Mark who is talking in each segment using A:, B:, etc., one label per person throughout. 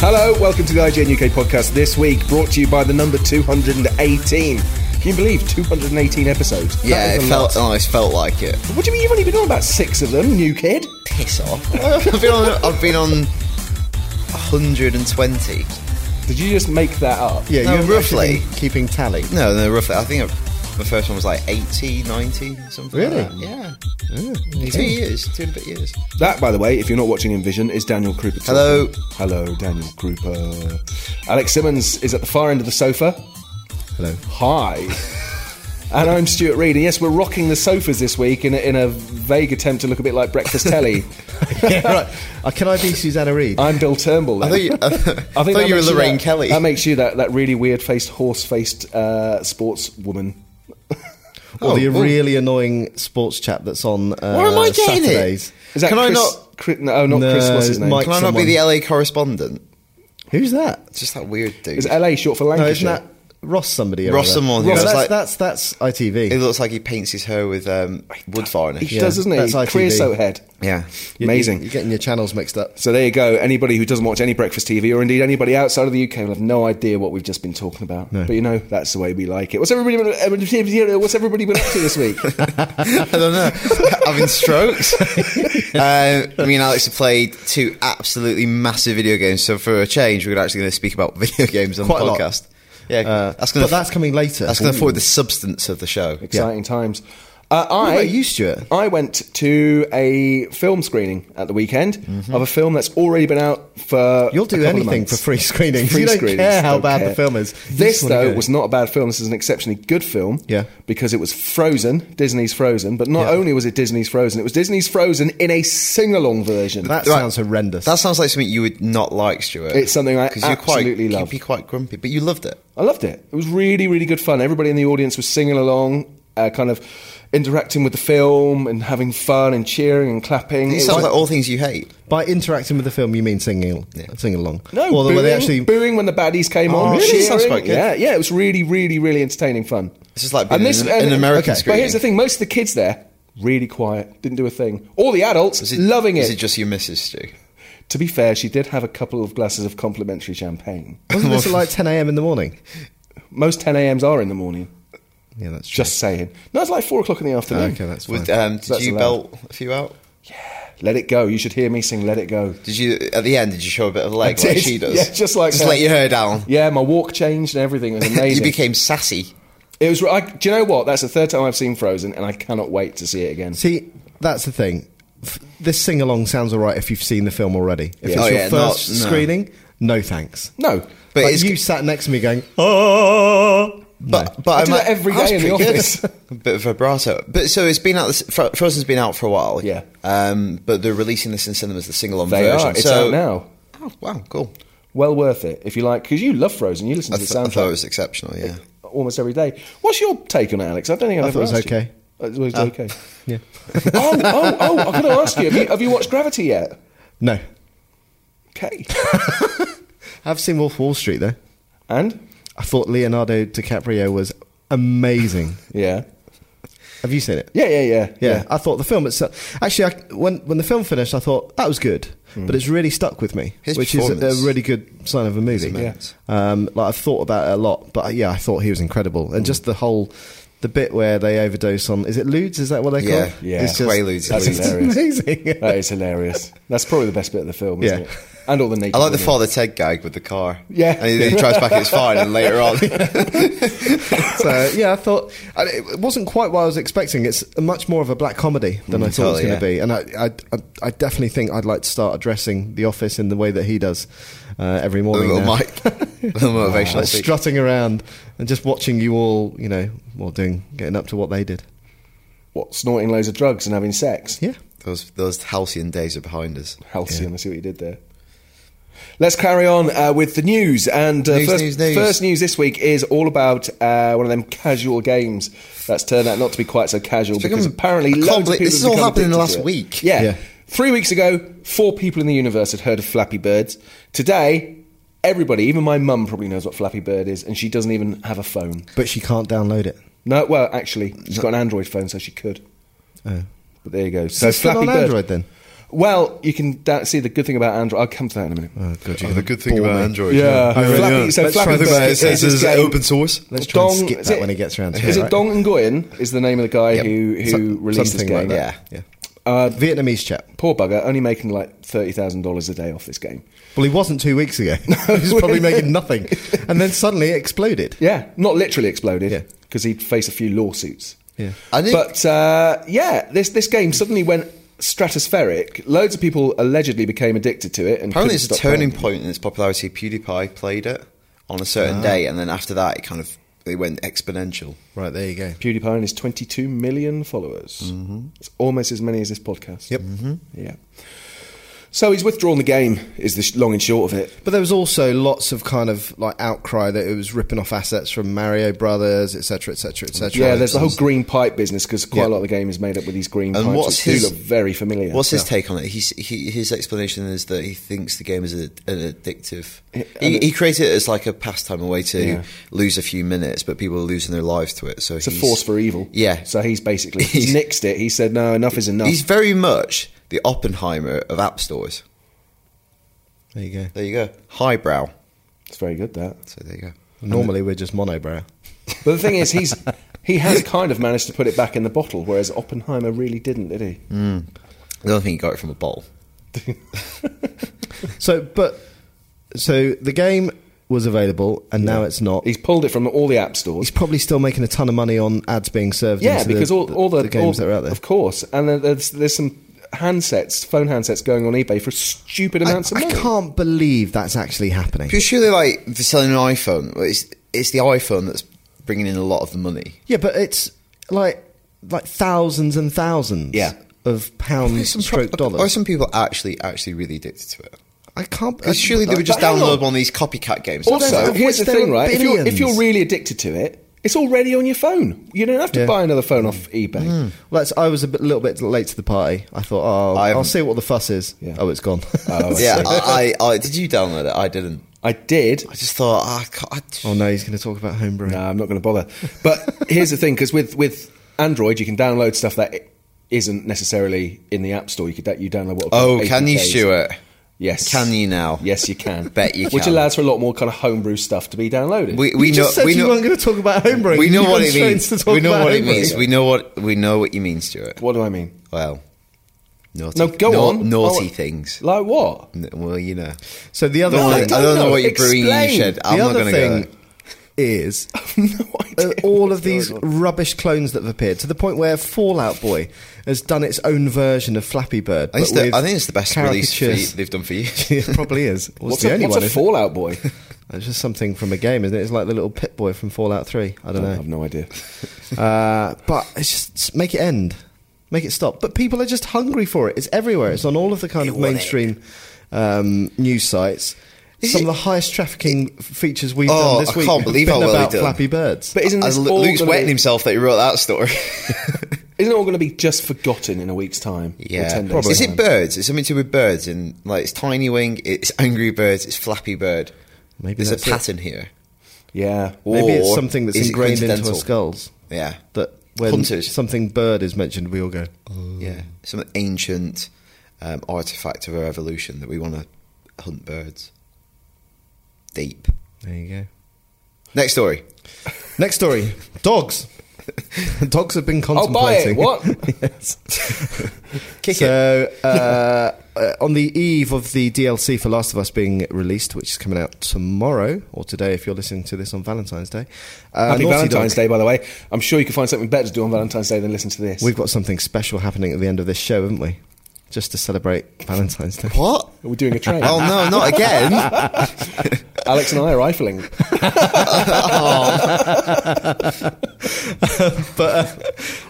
A: Hello, welcome to the IGN UK podcast this week, brought to you by the number 218. Can you believe 218 episodes? That
B: Yeah,
A: is
B: it
A: a
B: felt
A: lot.
B: nice. Felt like it.
A: What do you mean you've only been on about six of them, new kid?
B: Piss off. I've been on. I've been on. 120.
A: Did you just make that up?
C: Yeah,
B: No,
C: you're actually
B: roughly.
C: been keeping tally.
B: No, no, roughly. I think I've, the first one was like 80, 90, something. like
C: Really?
B: that. Yeah. Two years. Two and a bit years.
A: That, by the way, if you're not watching Envision, is Daniel Krupa. talking.
B: Hello.
A: Hello, Daniel Krupa. Alex Simmons is at the far end of the sofa.
C: Hello.
A: Hi. and I'm Stuart Reed. And yes, we're rocking the sofas this week in a, in a vague attempt to look a bit like Breakfast Telly.
C: yeah, right. Uh, can I be Susanna Reed?
A: I'm Bill Turnbull.
B: I
A: then.
B: thought you, I
A: I think
B: thought
A: that
B: you were
A: makes
B: Lorraine
A: that-
B: Kelly.
A: That
C: Um,
A: makes you that, that really weird faced, horse faced uh, sports woman.
C: or the
B: oh, oh.
C: really annoying sports chap that's on uh,
B: Where am I getting it?
C: Saturdays.
A: Is that
B: Can I
A: Chris,
B: not-
A: Chris, no, not
C: No,
A: Chris. What's his name?
C: Mike-
B: Can I not
C: someone.
B: be the LA correspondent?
C: Who's that?
B: It's just that weird dude.
A: Is LA short for
C: No, isn't
A: Lancashire?
C: that Ross somebody? or
B: Ross
C: other?
B: someone,
C: No,
B: yeah.
C: that's,
B: It's like-
C: that's, that's ITV.
B: It looks like he paints his hair with um, wood varnish.
A: he
C: Yeah,
A: does, doesn't
C: that's
A: he?
C: ITV.
A: Creosote head.
B: Yeah.
C: You're-
A: Amazing.
C: You're, getting your channels mixed up.
A: So there you go. Anybody who doesn't watch any breakfast TV, or indeed anybody outside of the UK, will have no idea what we've just been talking about. But you know, that's the way we like it. What's everybody? Been, what's everybody been up to this week?
B: I don't know. Having strokes. uh, me and Alex have played two absolutely massive video games. So for a change, we're actually going to speak about video games on
C: Quite
B: the
C: a lot.
B: podcast. Yeah,
C: Uh,
B: that's going
C: but that's coming later.
B: That's going to forward the substance of the show.
A: Exciting times. Uh, I
C: about you, Stuart?
A: I went to a film screening at the weekend of a film that's already been out for.
C: Mm-hmm. You'll
A: a
C: do
A: couple of
C: anything
A: months.
C: for free screening.
A: Free
C: you don't
A: screenings,
C: care how
A: don't
C: bad
A: care.
C: the film is. You
A: This
C: just wanna
A: though
C: go.
A: was not a bad film. This is an exceptionally good film.
C: Yeah.
A: because it was Frozen, Disney's Frozen. But not only was it Disney's Frozen, it was Disney's Frozen in a sing-along version.
C: That
B: Right.
C: sounds horrendous.
B: That sounds like something you would not like, Stuart.
A: It's something I
B: 'Cause
A: absolutely
B: quite,
A: love.
B: You'd be quite grumpy, but you loved it.
A: I loved it. It was really, really good fun. Everybody in the audience was singing along, uh, kind of interacting with the film and having fun and cheering and clapping.
B: It
A: It
B: sounds
A: was-
B: like all things you hate.
C: By interacting with the film, you mean singing, singing along?
A: no,
C: Or
A: booing,
C: were they actually
A: booing when the baddies came on.
B: Oh, really?
A: cheering.
B: Sounds quite good.
A: Yeah, yeah, it was really, really, really entertaining fun.
B: It's just like being in an- an American
A: But here's
B: screening.
A: the thing: most of the kids there really quiet, didn't do a thing. All the adults
B: Is it,
A: loving
B: Is
A: it.
B: it just your missus, Stu?
A: to be fair, she did have a couple of glasses of complimentary champagne.
C: Wasn't this at like 10 a.m. in the morning?
A: Most 10 a.m.s are in the morning.
C: Yeah, that's true.
A: Just saying. No, it's like four o'clock in the afternoon.
C: okay, that's fine.
B: Would, um, did
A: That's
B: you
A: allowed.
B: belt a few out?
A: Let it go. You should hear me sing "Let It Go."
B: Did you at the end? Did you show a bit of leg like
A: did.
B: she does?
A: Yeah, just like
B: just
A: her.
B: let your hair down.
A: Yeah, my walk changed and everything. It was amazing.
B: you became sassy.
A: it was. I, do you know what? That's the third time I've seen Frozen, and I cannot wait to see it again.
C: See, that's the thing. F- This sing along sounds all right if you've seen the film already. If it's
B: Oh,
C: your
B: yeah, not-
C: first
B: no.
C: screening, no thanks.
A: No,
B: But
C: But
B: it's- Ah.
C: you sat next to me going, oh.
B: But but
A: I do
B: might-
A: that every
B: that's
A: day in the
B: pretty good.
A: office.
B: a bit of vibrato. But so it's been out. This, Fro- Frozen's been out for a while.
A: Yeah.
B: Um, but they're releasing this in cinemas, the single on
A: they
B: version.
A: are. It's
B: so,
A: out now.
B: Oh wow, cool.
A: Well worth it if you like, because you love Frozen. You listen
B: I,
A: to the
B: th- I
A: soundtrack
B: thought it was exceptional. Yeah.
A: almost every day. What's your take on it, Alex? I don't think I've
C: I
A: ever
C: thought it was
A: asked you.
C: okay.
A: Uh, It was okay.
C: Yeah.
A: oh, oh, oh! I'm going to ask you have, you: have you watched Gravity yet?
C: No.
A: Okay.
C: I've seen Wolf of Wall Street, though.
A: And
C: I thought Leonardo DiCaprio was amazing.
A: yeah,
C: Have you seen it?
A: yeah, yeah, yeah,
C: Yeah, I thought the film itself. Actually, I, when when the film finished, I thought that was good, but it's really stuck with me,
B: Mm. His
C: which is a,
B: performance
C: a really good sign of a movie.
B: immense.
C: Um, like I've thought about it a lot, but uh, yeah, I thought he was incredible,
B: Mm.
C: and just the whole the bit where they overdose on is it lewds? Is that what they call?
B: Yeah.
C: it?
A: Yeah.
C: It's just,
B: Quaaludes,
A: That's
B: Quaaludes.
C: it's
A: hilarious.
C: amazing.
A: That is hilarious. That's probably the best bit of the film, isn't
C: Yeah.
A: it? And all the naked.
B: I like the
A: women.
B: Father Ted gag with the car.
A: Yeah.
B: And he, then he drives back at his fine, and later on.
C: so yeah, I thought and it wasn't quite what I was expecting. It's much more of a black comedy than I
B: Mm,
C: thought
B: totally,
C: it was going
B: yeah.
C: to be, and I, I I definitely think I'd like to start addressing the office in the way that he does uh, every morning.
B: little
C: now.
B: Mike. little motivational
C: like
B: speech.
C: strutting around and just watching you all, you know, well, doing, getting up to what they did.
A: what snorting loads of drugs and having sex.
C: Yeah.
B: Those those halcyon days are behind us.
A: Halcyon, I see what you did there. Let's carry on uh, with the news. And uh,
B: News,
A: first,
B: news, news.
A: first news this week is all about uh, one of them casual games that's turned out not to be quite so casual
B: It's
A: because
B: become-
A: apparently
B: I can't
A: loads of
B: believe-
A: people
B: this has
A: have
B: all
A: become
B: happened in the
A: addicted
B: last
A: to it.
B: week.
A: Yeah.
C: Yeah.
A: three weeks ago, four people in the universe had heard of Flappy Birds. Today, everybody, even my mum, probably knows what Flappy Bird is, and she doesn't even have a phone.
C: But she can't download it.
A: No, well, actually, she's got an Android phone, so she could.
C: Oh.
A: But there you go. So
C: it still
A: Flappy
C: on
A: Bird.
C: Android, then?
A: Well, you can da- see the good thing about Android. I'll come to that in a minute.
C: Oh, God, you're
D: Uh, the
C: gonna
D: good thing
C: bore
D: about
C: me.
D: Android.
A: Yeah. I really
D: Flappy-
A: am.
D: so
A: Let's
D: Flappy
A: try this.
D: Bird
A: It's
D: says
A: this
D: it's
A: game.
D: open source.
C: Let's try and
A: Dong-
C: skip
A: is
C: that
A: it-
C: when he gets around to
A: Is
C: it.
A: it
C: right?
A: Dong and Nguyen is the name of the guy who, who
C: So-
A: released this
C: something
A: game?
C: like that. yeah.
A: Uh,
C: Vietnamese chap.
A: poor bugger, only making like thirty thousand dollars a day off this game.
C: Well, he wasn't two weeks ago. he was probably making nothing, and then suddenly it exploded.
A: Yeah, not literally exploded
C: Yeah.
A: because he'd face a few lawsuits.
C: Yeah.
B: I think-
A: but uh, yeah, this this game suddenly went stratospheric. Loads of people allegedly became addicted to it, and couldn't
B: Apparently, it's a
A: stop
B: turning
A: playing.
B: point in its popularity. PewDiePie played it on a certain
D: Ah.
B: day, and then after that, it kind of they went exponential.
C: Right there you go.
A: PewDiePie and his 22 million followers. It's almost as many as this podcast.
C: Mm-hmm. Yep.
A: Mm-hmm. Yeah. So he's withdrawn the game. Is the sh- long and short of it?
C: But there was also lots of kind of like outcry that it was ripping off assets from Mario Brothers, etc., etc., etc.
A: yeah, there's the whole green pipe business because quite
C: Yeah.
A: a lot of the game is made up with these green
B: And
A: pipes.
B: what's
A: which do
B: his-
A: look very familiar.
B: What's his take on it? He's, he, his explanation is that he thinks the game is a, an addictive.
A: Yeah, and
B: He,
A: it-
B: he created it as like a pastime, a way to
A: Yeah.
B: lose a few minutes, but people are losing their lives to it. So
A: It's a force for evil.
B: Yeah.
A: So he's basically he's
B: He's-
A: nixed it. He said, "No, enough is enough."
B: He's very much the Oppenheimer of app stores.
C: There you go.
B: There you go, highbrow.
A: It's very good that.
B: So there you go.
C: Normally we're just monobrow.
A: But the thing is, he's he has kind of managed to put it back in the bottle, whereas Oppenheimer really didn't, did he?
C: Mm.
B: I don't think he got it from a bottle.
C: So, but so the game was available, and now it's not.
A: He's pulled it from all the app stores.
C: He's probably still making a ton of money on ads being served.
A: yeah,
C: into the-
A: because all, all the,
C: games
A: all-
C: that are out there.
A: of course, and then there's there's some handsets, phone handsets going on eBay for stupid
C: I,
A: amounts
C: I
A: of money.
C: can't believe that's actually happening.
B: Because surely, like for selling an iPhone, well, it's it's the iPhone that's bringing in a lot of the money.
C: Yeah, but it's like like thousands and thousands.
A: Yeah.
C: Of
B: Probably
C: pounds,
B: some
C: stroke
B: pro- Are
C: dollars.
B: some people actually actually really addicted to it?
C: I can't.
B: Because surely they
C: I-
B: would just
A: but hang
B: download
A: on.
B: one of these copycat games.
C: There's-
A: Also,
C: of
A: here's the
C: which there
A: thing,
C: are
A: right? If you're, if you're
C: billions.
A: really addicted to it, it's already on your phone. You don't have to
C: Yeah.
A: buy another phone off eBay.
B: Hmm.
C: Well, that's, I was a bit, little bit late to the party. I thought, oh,
B: I
C: I'll, I'll
B: haven't-
C: see what the fuss is.
A: Yeah.
C: Oh, it's gone.
A: Oh, I
B: yeah,
A: see.
B: I, I, I did you download it? I didn't.
A: I did.
B: I just thought ah, I can't. I
C: oh no, he's going to talk about homebrewing.
A: No, I'm not going to bother. But here's the thing: because with with Android, you can download stuff that i- isn't necessarily in the App Store. You could da- you download what? are
B: oh,
A: called
B: can you,
A: APKs.
B: Stuart?
A: Yes.
B: Can you now?
A: Yes, you can.
B: Bet you
A: Which
B: can.
A: allows for a lot more kind of homebrew stuff to be downloaded.
B: We
C: We
B: we
C: you
B: know
C: just said
B: we
C: you
B: know,
C: weren't going to talk about homebrewing.
B: we know
C: You've
B: what
C: gone
B: it
C: straight
B: means.
C: to talk
B: We know
C: about
B: what it
C: homebrewing.
B: means. We know what we know what you mean, Stuart.
A: what do I mean?
B: Well, naughty.
A: No, go
B: nau-
A: on.
B: Naughty
A: Oh,
B: things.
A: Like what?
B: N- Well, you know.
C: So the other
B: No,
C: thing,
B: I don't know what you're brewing in your
A: Explain.
B: shed.
C: the
B: I'm not
C: other
B: going to go.
C: thing
B: there.
C: is
A: no
C: uh,
A: idea.
C: all
A: what's
C: of these
A: going on.
C: rubbish clones that have appeared to the point where Fallout Boy has done its own version of Flappy Bird.
B: I think, it's
C: but with
B: the, I think it's the best release for you,
C: caricatures.
B: they've done for you.
C: it probably is. Well,
A: What's,
C: it's the
A: a,
C: only
A: what's
C: one.
A: a
C: isn't it?
A: Fallout Boy?
C: It's just something from a game, isn't it? It's like the little Pit Boy from Fallout Three. I don't
A: I
C: know.
A: have no idea.
C: Uh, but it's just s- make it end, make it stop. But people are just hungry for it. It's everywhere. It's on all of the kind
B: They
C: of
B: want it.
C: mainstream um, news sites.
B: Is
C: Some of
B: it-
C: the highest trafficking f- features we've
B: Oh,
C: done this
B: I
C: week
B: can't
C: have
B: believe
C: been
B: how well
C: about
B: they've done.
C: Flappy Birds.
A: But isn't this
B: Uh,
A: all
B: Luke's
A: gonna
B: wetting
A: be,
B: himself that he wrote that story.
A: Isn't it all going to be just forgotten in a week's time? or 10 days'
B: Is
A: time?
B: it birds? It's something to do with birds, and like it's tiny wing, it's angry birds, it's flappy bird.
C: Maybe
B: there's a
C: that's it.
B: pattern here.
A: Yeah.
C: Maybe it's
B: Or
C: something that's
B: is it
C: ingrained into our
B: coincidental?
C: skulls
B: Yeah,
C: that when
B: Hunters.
C: something bird is mentioned, we all go. "Oh,
B: yeah, some ancient um, artifact of our evolution that we want to hunt birds. Deep.
C: There you go.
B: Next story.
C: Next story: dogs. dogs have been
A: I'll Oh, buy
C: contemplating.
A: it. What?
B: Kick it.
C: so, uh, uh, on the eve of the DLC for Last of Us being released, which is coming out tomorrow or today, if you're listening to this on Valentine's Day, uh,
A: Happy
C: Naughty
A: Valentine's
C: Dog,
A: Day, by the way. I'm sure you can find something better to do on Valentine's Day than listen to this.
C: We've got something special happening at the end of this show, haven't we? Just to celebrate Valentine's Day.
B: What?
A: Are we doing a train?
B: Oh no, not again!
A: Alex and I are rifling.
C: But uh,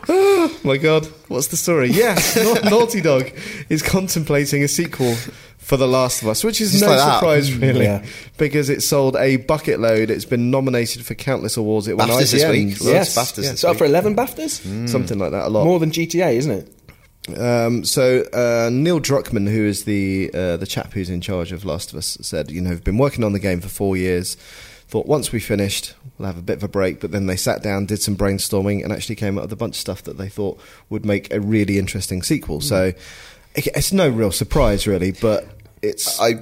C: oh my god, what's the story? Yeah, Na- Naughty Dog is contemplating a sequel for The Last of Us, which is
B: Just
C: no
B: like that.
C: surprise really,
A: Yeah.
C: because it sold a bucket load. It's been nominated for countless awards. It won
B: BAFTAs this
C: IGNs.
B: week. Loads
A: yes,
B: of BAFTAs
A: yes.
B: this
A: So up
B: week. Mm,
A: for 11 BAFTAs,
C: something like that. A lot.
A: more than GTA, isn't it?
C: Um, so uh, Neil Druckmann, who is the uh, the chap who's in charge of Last of Us, said, "You know, we've been working on the game for four years. Thought once we finished, we'll have a bit of a break. But then they sat down, did some
B: Hmm.
C: brainstorming, and actually came up with a bunch of stuff that they thought would make a really interesting sequel. So." It's no real surprise, really, but it's.
B: I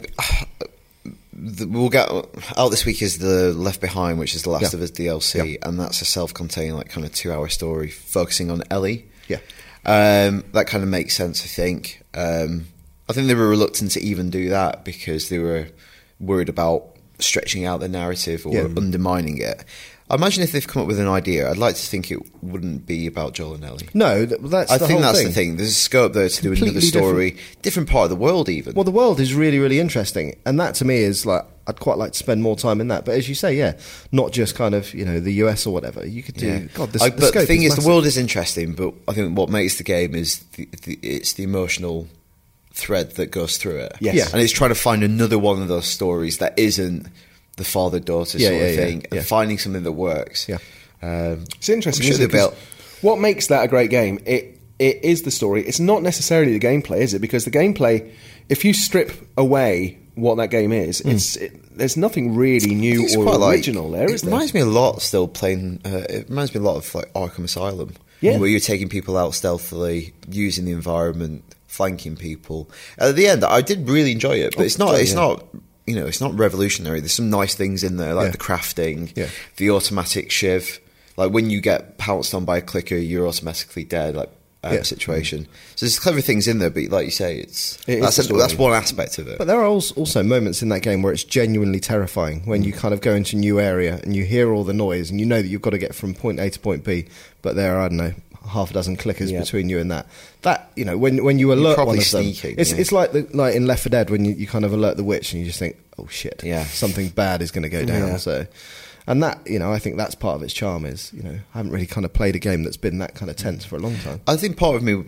B: the, we'll get out this week is the Left Behind, which is the Last
C: Yeah.
B: of Us DLC, and that's a self-contained like kind of two-hour story focusing on Ellie.
C: Yeah.
B: um, that kind of makes sense. I think. Um, I think they were reluctant to even do that because they were worried about stretching out the narrative or
C: Yeah.
B: undermining it. I imagine if they've come up with an idea, I'd like to think it wouldn't be about Joel and Ellie.
C: no, th- that's.
B: I
C: the
B: think
C: whole
B: that's
C: thing.
B: the thing. There's a scope though to do another
C: Completely different.
B: story, different. part of the world, even.
C: Well, the world is really, really interesting, and that to me is like I'd quite like to spend more time in that. But as you say, yeah, not just kind of you know the US or whatever. You could do. God, the, s-
B: I-
C: the
B: but the
C: scope
B: thing is,
C: massive.
B: the world is interesting, but I think what makes the game is the, the, it's the emotional thread that goes through it.
A: Yes. Yeah.
B: and it's trying to find another one of those stories that isn't the father daughter
C: Yeah,
B: sort of
C: yeah, yeah,
B: thing,
C: yeah.
B: and finding something that works.
C: Yeah.
B: um,
A: It's interesting.
B: I'm sure
A: isn't it?
B: they
A: 'Cause
B: built-
A: What makes that a great game? It it is the story. It's not necessarily the gameplay, is it? Because the gameplay, if you strip away what that game is, it's it, there's nothing really new
B: Hmm. It's
A: or
B: quite like-
A: original there,
B: It
A: is there?
B: reminds me a lot still playing. Uh, it reminds me a lot of like Arkham Asylum,
A: Yeah.
B: where you're taking people out stealthily, using the environment, flanking people. At the end, I did really enjoy it,
A: Oh,
B: but it's not.
C: yeah.
B: It's not. You know, it's not revolutionary. There's some nice things in there, like
C: Yeah.
B: the crafting,
C: Yeah.
B: the automatic shiv. Like when you get pounced on by a clicker, you're automatically dead. Like. Um,
C: Yeah.
B: situation. So there's clever things in there, but like you say, it's
A: It is
B: that's,
A: the
B: a-
A: story.
B: that's one aspect of it.
C: But there are als- also moments in that game where it's genuinely terrifying when
B: Mm.
C: you kind of go into a new area and you hear all the noise and you know that you've got to get from point A to point B, but there are, I don't know, half a dozen clickers
A: Yeah.
C: between you and that. That, you know, when, when you alert
B: probably
C: one of them,
B: sneaking,
C: it's,
B: yeah.
C: it's like the, like in Left 4 Dead when you, you kind of alert the witch and you just think, oh shit,
B: Yeah.
C: something bad is going to go down.
A: Yeah.
C: So, and that, you know, I think that's part of its charm is, you know, I haven't really kind of played a game that's been that kind of tense
B: Mm.
C: for a long time.
B: I think part of me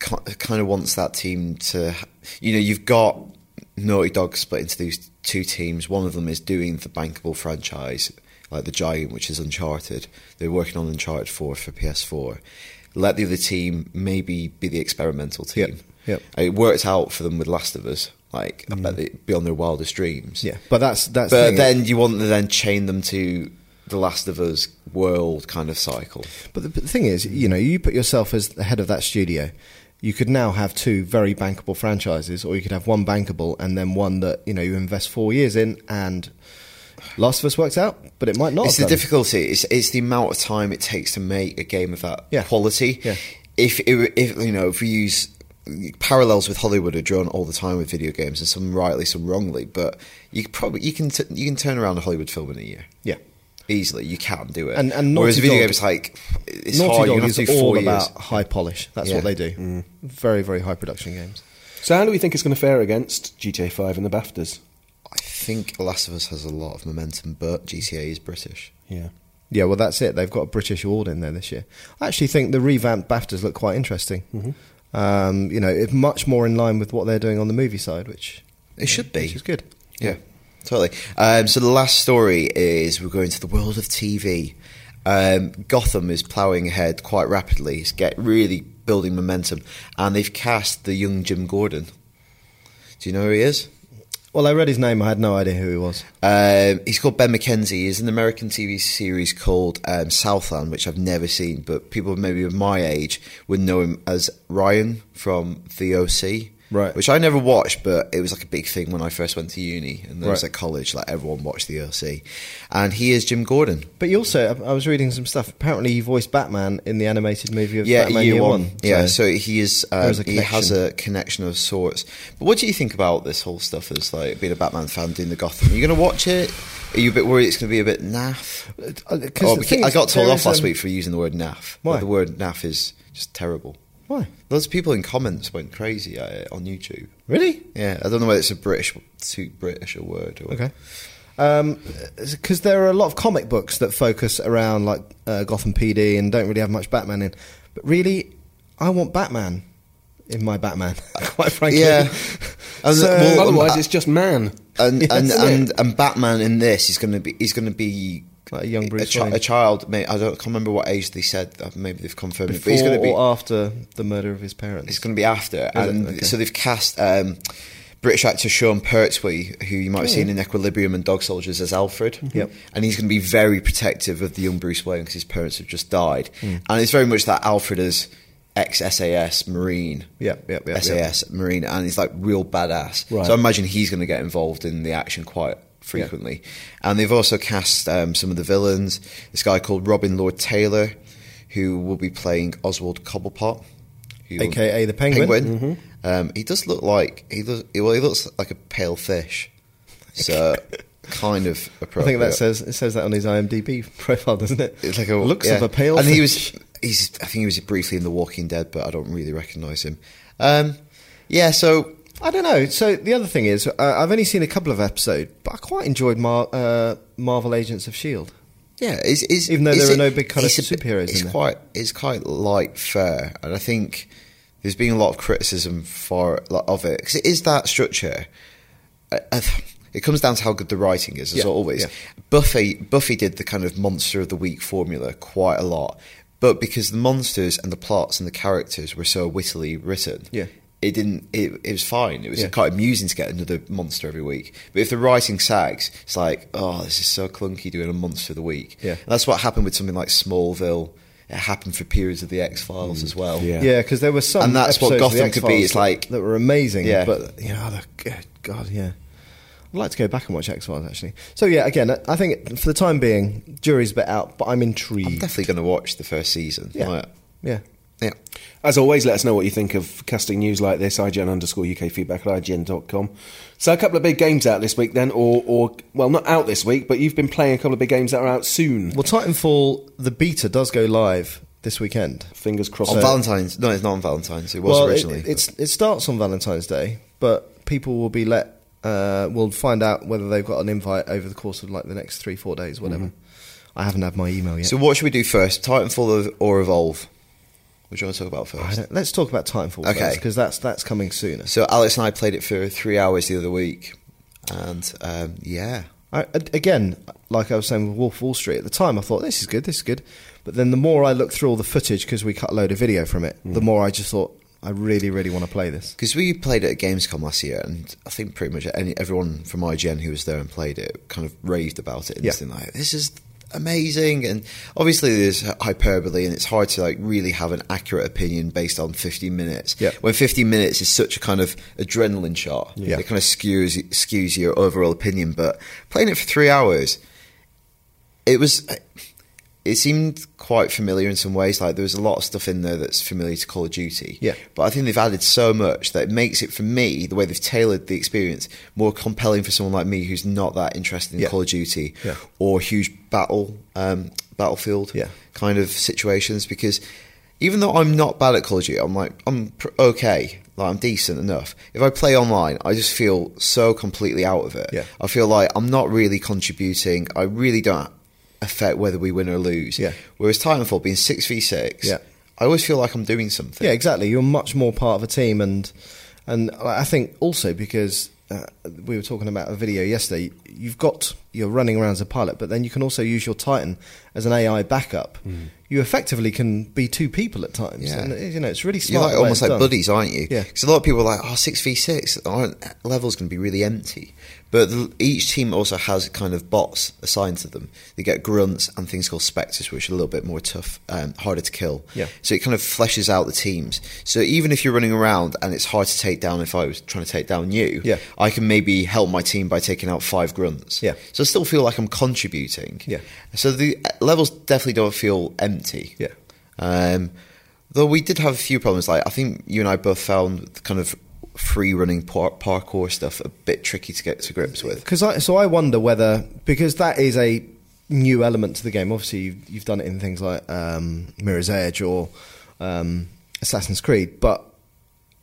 B: ki- kind of wants that team to, you know, you've got Naughty Dog split into these two teams. One of them is doing the bankable franchise, like the Giant, which is Uncharted. They're working on Uncharted 4 for PS4. Let the other team maybe be the experimental
C: Yeah,
B: team.
C: yeah.
B: It worked out for them with Last of Us. Like, I bet they'd be on their wildest dreams.
C: Yeah, but that's that's. the
B: But
C: thing.
B: then you want to then chain them to the Last of Us world kind of cycle.
C: But the, but the thing is, you know, you put yourself as the head of that studio. You could now have two very bankable franchises, or you could have one bankable and then one that you know you invest four years in, and Last of Us works out, but it might not.
B: It's the
C: have done.
B: difficulty. It's, it's the amount of time it takes to make a game of that
C: Yeah.
B: quality.
C: Yeah.
B: If it, if you know if we use parallels with Hollywood are drawn all the time with video games, and some rightly, some wrongly, but you could probably you can t- you can turn around a Hollywood film in a year
C: Yeah,
B: easily. You can do it.
C: And- and
B: whereas
C: Naughty
B: video
C: Dog-
B: games like it's
C: Naughty
B: hard. You're
C: Dog
B: gonna have
C: is
B: to do
C: all
B: four years.
C: about high polish. That's
B: Yeah. Mm.
C: what they do. Very, very high production games.
A: So how do we think it's going to fare against GTA 5 and the BAFTAs?
B: I think Last of Us has a lot of momentum, but GTA is British.
A: Yeah.
C: Yeah, well, that's it. They've got a British award in there this year. I actually think the revamped BAFTAs look quite interesting.
A: Mm-hmm.
C: Um, you know, it's much more in line with what they're doing on the movie side, which
B: It should be.
C: which is good.
B: Yeah, totally. Um, so the last story is we're going to the world of TV. Um, Gotham is ploughing ahead quite rapidly. It's get really building momentum, and they've cast the young Jim Gordon. Do you know who he is?
C: Well, I read his name. I had no idea who he was.
B: Um, he's called Ben McKenzie. He's in an American TV series called um, Southland, which I've never seen, but people maybe of my age would know him as Ryan from The OC.
C: Right.
B: Which I never watched, but it was like a big thing when I first went to uni and then it was
C: Right.
B: at college, like everyone watched The OC. And he is Jim Gordon.
C: But you also, I I was reading some stuff. Apparently, you voiced Batman in the animated movie of
B: Yeah,
C: Batman
B: year, one. Yeah,
C: so
B: so he is. Um,
C: There's a
B: he has
C: connection.
B: a connection of sorts. But what do you think about this whole stuff? As like being a Batman fan, doing the Gotham. Are you going to watch it? Are you a bit worried it's going to be a bit naff?
C: Uh, 'cause
B: Oh,
C: the
B: beca-
C: thing
B: I
C: is,
B: got told
C: there
B: off
C: is,
B: last
C: um,
B: week for using the word naff.
C: Why?
B: The word naff is just terrible.
C: why?
B: Lots of people in comments went crazy at it on YouTube.
C: Really?
B: Yeah, I don't know whether it's a British, too British a word. Or,
C: Okay. Um, Because there are a lot of comic books that focus around like uh, Gotham PD and don't really have much Batman in. But really, I want Batman in my Batman. Quite frankly,
B: Yeah. And
C: So-
B: well, um,
A: Otherwise,
B: uh,
A: it's just man.
B: and
C: Yeah,
B: and,
C: isn't
B: and and Batman in this is going to be he's going to be
C: Like a young Bruce
B: chi-
C: Wayne.
B: a child. May, I don't can't remember what age they said. uh, Maybe they've confirmed it, but
C: before
B: he's going to be
C: or after the murder of his parents.
B: It's going to be after, and
C: Okay.
B: so they've cast um, British actor Sean Pertwee, who you might have
C: Oh,
B: seen
C: yeah. Mm-hmm.
B: in Equilibrium and Dog Soldiers as Alfred.
C: Yep.
B: and he's going to be
C: Mm.
B: very protective of the young Bruce Wayne because his parents have just died, and it's very much that Alfred is ex SAS Marine.
C: Yeah, yeah, yeah, yeah.
B: SAS Marine, and he's like real badass.
A: Right.
B: So I imagine he's going to get involved in the action quite frequently. And they've also cast um, some of the villains. This guy called Robin Lord Taylor, who will be playing Oswald Cobblepot, who
C: AKA the Penguin. Mm-hmm.
B: Um, he does look like he looks well. He looks like a pale fish, so kind of
C: I
B: appropriate.
C: think that says it says that on his IMDb profile, doesn't it?
B: It's like a,
C: looks
B: yeah.
C: of a pale.
B: And he
C: fish.
B: was, he's, I think he was briefly in The Walking Dead, but I don't really recognise him. Um, yeah, so
C: I don't know. So the other thing is, uh, I've only seen a couple of episodes, but I quite enjoyed Mar- uh, Marvel Agents of Shield.
B: yeah, it's, it's,
C: Even though
B: it's
C: there are
B: a-
C: no big kind of
B: it's a bit-
C: superheroes in
B: it's
C: there.
B: quite it's quite light fare, and I think there's been a lot of criticism for like, of it because it is that structure. I, I, it comes down to how good the writing is, as
C: Yeah,
B: always.
C: yeah.
B: Buffy Buffy did the kind of monster of the week formula quite a lot, but because the monsters and the plots and the characters were so wittily written,
C: Yeah.
B: it didn't. It, it was fine. It was
C: Yeah.
B: quite amusing to get another monster every week. But if the writing sags, it's like, oh, this is so clunky doing a monster of the week.
C: Yeah.
B: And that's what happened with something like Smallville. It happened for periods of the X Files as well.
A: Yeah.
C: Mm. Yeah, because there were some,
B: And that's what
C: episodes of The
B: Gotham could be.
C: X-Files
B: It's like-
C: that were amazing.
B: Yeah.
C: but you know, the, God, yeah. I'd like to go back and watch X Files actually. So yeah, again, I- I think for the time being, jury's a bit out, but I'm intrigued.
B: I'm definitely going to watch the first season.
C: yeah,
B: Like,
C: yeah.
B: yeah.
A: As always, let us know what you think of casting news like this, IGN underscore UK feedback at IGN.com. So a couple of big games out this week then, or, or well, not out this week, but you've been playing a couple of big games that are out soon.
C: Well, Titanfall the beta does go live this weekend.
A: Fingers crossed.
B: On Valentine's? No, it's not on Valentine's. It was
C: well, it-
B: originally.
C: it's it starts on Valentine's Day, but people will be let uh, will find out whether they've got an invite over the course of like the next three four days, whatever. I haven't had my email yet.
B: Mm-hmm. So what should we do first, Titanfall or- or Evolve? What do you want to talk about
C: I
B: first?
C: don't, let's talk about Titanfall
B: Okay.
C: because that's that's coming sooner.
B: So Alex and I played it for three hours the other week, and um, yeah,
C: I, a- again, like I was saying with Wolf of Wall Street at the time, I thought this is good, this is good. But then the more I looked through all the footage because we cut a load of video from it,
B: Mm.
C: the more I just thought I really, really want to play this.
B: because we played it at Gamescom last year, and I think pretty much any, everyone from IGN who was there and played it kind of raved about it and
C: Yeah.
B: just like, "This is amazing!" And obviously, there's hyperbole, and it's hard to like really have an accurate opinion based on 15 minutes.
C: Yeah.
B: when 15 minutes is such a kind of adrenaline shot,
C: Yeah.
B: it kind of skews skews your overall opinion. But playing it for three hours, it was uh, it seemed quite familiar in some ways. Like there was a lot of stuff in there that's familiar to Call of Duty.
C: Yeah.
B: But I think they've added so much that it makes it for me the way they've tailored the experience more compelling for someone like me who's not that interested in
C: Yeah.
B: Call of Duty
C: Yeah.
B: or huge battle um, battlefield
C: Yeah.
B: kind of situations because. Even though I'm not bad at Call of Duty, I'm like I'm pr- okay, like I'm decent enough. If I play online, I just feel so completely out of it.
C: Yeah.
B: I feel like I'm not really contributing. I really don't affect whether we win or lose.
C: Yeah.
B: Whereas Titanfall being six v six,
C: Yeah.
B: I always feel like I'm doing something.
C: Yeah, exactly. You're much more part of a team, and and I think also because uh, we were talking about a video yesterday. You've got you're running around as a pilot, but then you can also use your Titan as an AI backup. You effectively can be two people at times,
B: Hmm. Yeah.
C: and you know it's really
B: You're
C: smart.
B: like
C: the way
B: almost
C: it's
B: like
C: done.
B: buddies, aren't you?
C: Yeah.
B: Because a lot of people are like, oh, 6v6, aren't, level's going to be really empty. But the, each team also has kind of bots assigned to them. They get grunts and things called spectres, which are a little bit more tough, um, harder to kill.
C: Yeah.
B: So it kind of fleshes out the teams. So even if you're running around and it's hard to take down, if I was trying to take down you,
C: Yeah.
B: I can maybe help my team by taking out five grunts.
C: Yeah.
B: So I still feel like I'm contributing.
C: Yeah.
B: So the uh, levels definitely don't feel empty.
C: Yeah.
B: Um, though we did have a few problems. Like I think you and I both found the kind of free running par- parkour stuff a bit tricky to get to grips with.
C: Because I, so I wonder whether because that is a new element to the game. Obviously, you've, you've done it in things like um, Mirror's Edge or um, Assassin's Creed, but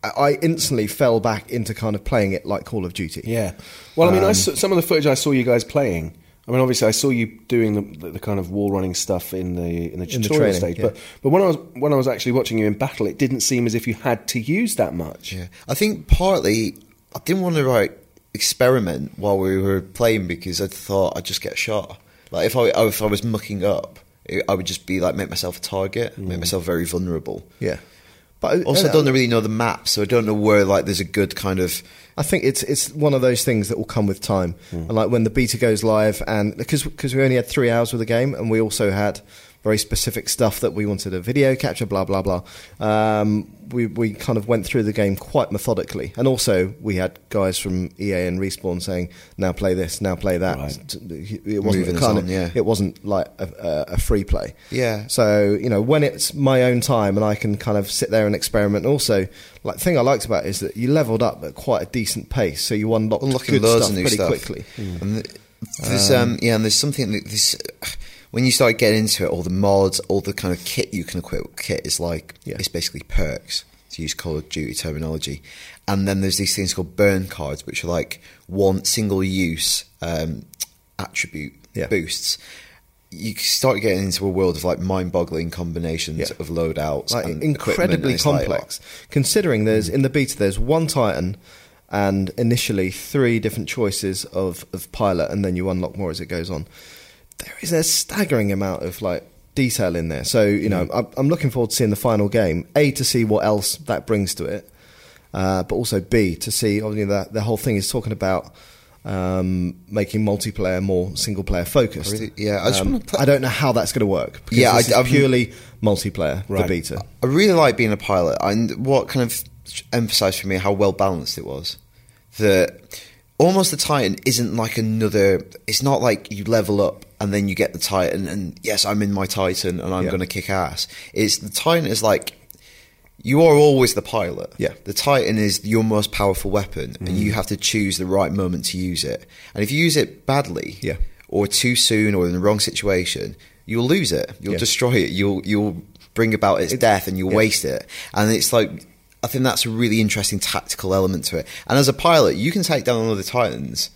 C: I- I instantly fell back into kind of playing it like Call of Duty.
A: Yeah. Well, I mean,
C: Um,
A: I saw, some of the footage I saw you guys playing. I mean, obviously, I saw you doing the, the, the kind of wall running stuff in the in the
C: In the
A: tutorial
C: training,
A: stage,
C: yeah.
A: but but when I was when I was actually watching you in battle, it didn't seem as if you had to use that much.
B: Yeah, I think partly I didn't want to like experiment while we were playing because I thought I'd just get shot. Like if I if I was mucking up, it, I would just be like make myself a target, make myself very vulnerable.
C: yeah. But I-
B: Mm. Also,
C: I-
B: I don't really know the map, so I don't know where like there's a good kind of
C: I think it's it's one of those things that will come with
B: Hmm.
C: time. And like when the beta goes live, and because because we only had three hours with the game, and we also had very specific stuff that we wanted a video capture, blah blah blah. Um, we we kind of went through the game quite methodically, and also we had guys from EA and Respawn saying, "Now play this, now play that."
A: Right.
C: It wasn't
B: Moving us
C: kind of-
B: on, yeah.
C: it wasn't like a, a a free play.
B: Yeah.
C: So you know, when it's my own time and I can kind of sit there and experiment. And also, like the thing I liked about it is that you leveled up at quite a decent pace, so you unlocked
B: unlocking
C: good
B: loads
C: stuff
B: of new
C: pretty
B: stuff
C: quickly.
B: And th- there's um, yeah, and there's something that this when you start getting into it, all the mods, all the kind of kit you can equip. Kit is like
C: Yeah.
B: it's basically perks to use Call of Duty terminology. And then there's these things called burn cards, which are like one single use um, attribute
C: Yeah.
B: boosts. You start getting into a world of like mind-boggling combinations
C: Yeah.
B: of loadouts,
C: like
B: and equipment, and
C: incredibly
B: it's like, Hmm.
C: complex. Considering there's in the beta there's one Titan and initially three different choices of, of pilot, and then you unlock more as it goes on. There is a staggering amount of like detail in there. So you
B: Hmm.
C: know, I'm, I'm looking forward to seeing the final game. A to see what else that brings to it, uh, but also B to see. Obviously, that the whole thing is talking about. Um, making multiplayer more single player focused. Um,
B: Really? Yeah, I just wanna put-
C: I don't know how that's going to work. Because
B: Yeah,
C: yeah,
B: I-
C: this is
B: I've-
C: purely multiplayer. The
A: Right.
C: beta.
B: I really like being a pilot, and what kind of emphasised for me how well balanced it was. That almost the Titan isn't like another. It's not like you level up and then you get the Titan, and yes, I'm in my Titan and I'm
C: Yeah.
B: going to kick ass. It's the Titan is like you are always the pilot.
C: Yeah. Mm.
B: The Titan is your most powerful weapon, and you have to choose the right moment to use it. And if you use it badly,
C: Yeah.
B: or too soon, or in the wrong situation, you'll lose it. You'll
C: Yeah.
B: destroy it. You'll you'll bring about its death, and you'll
C: yeah.
B: waste it. And it's like. I think that's a really interesting tactical element to it. And as a pilot, you can take down other Titans.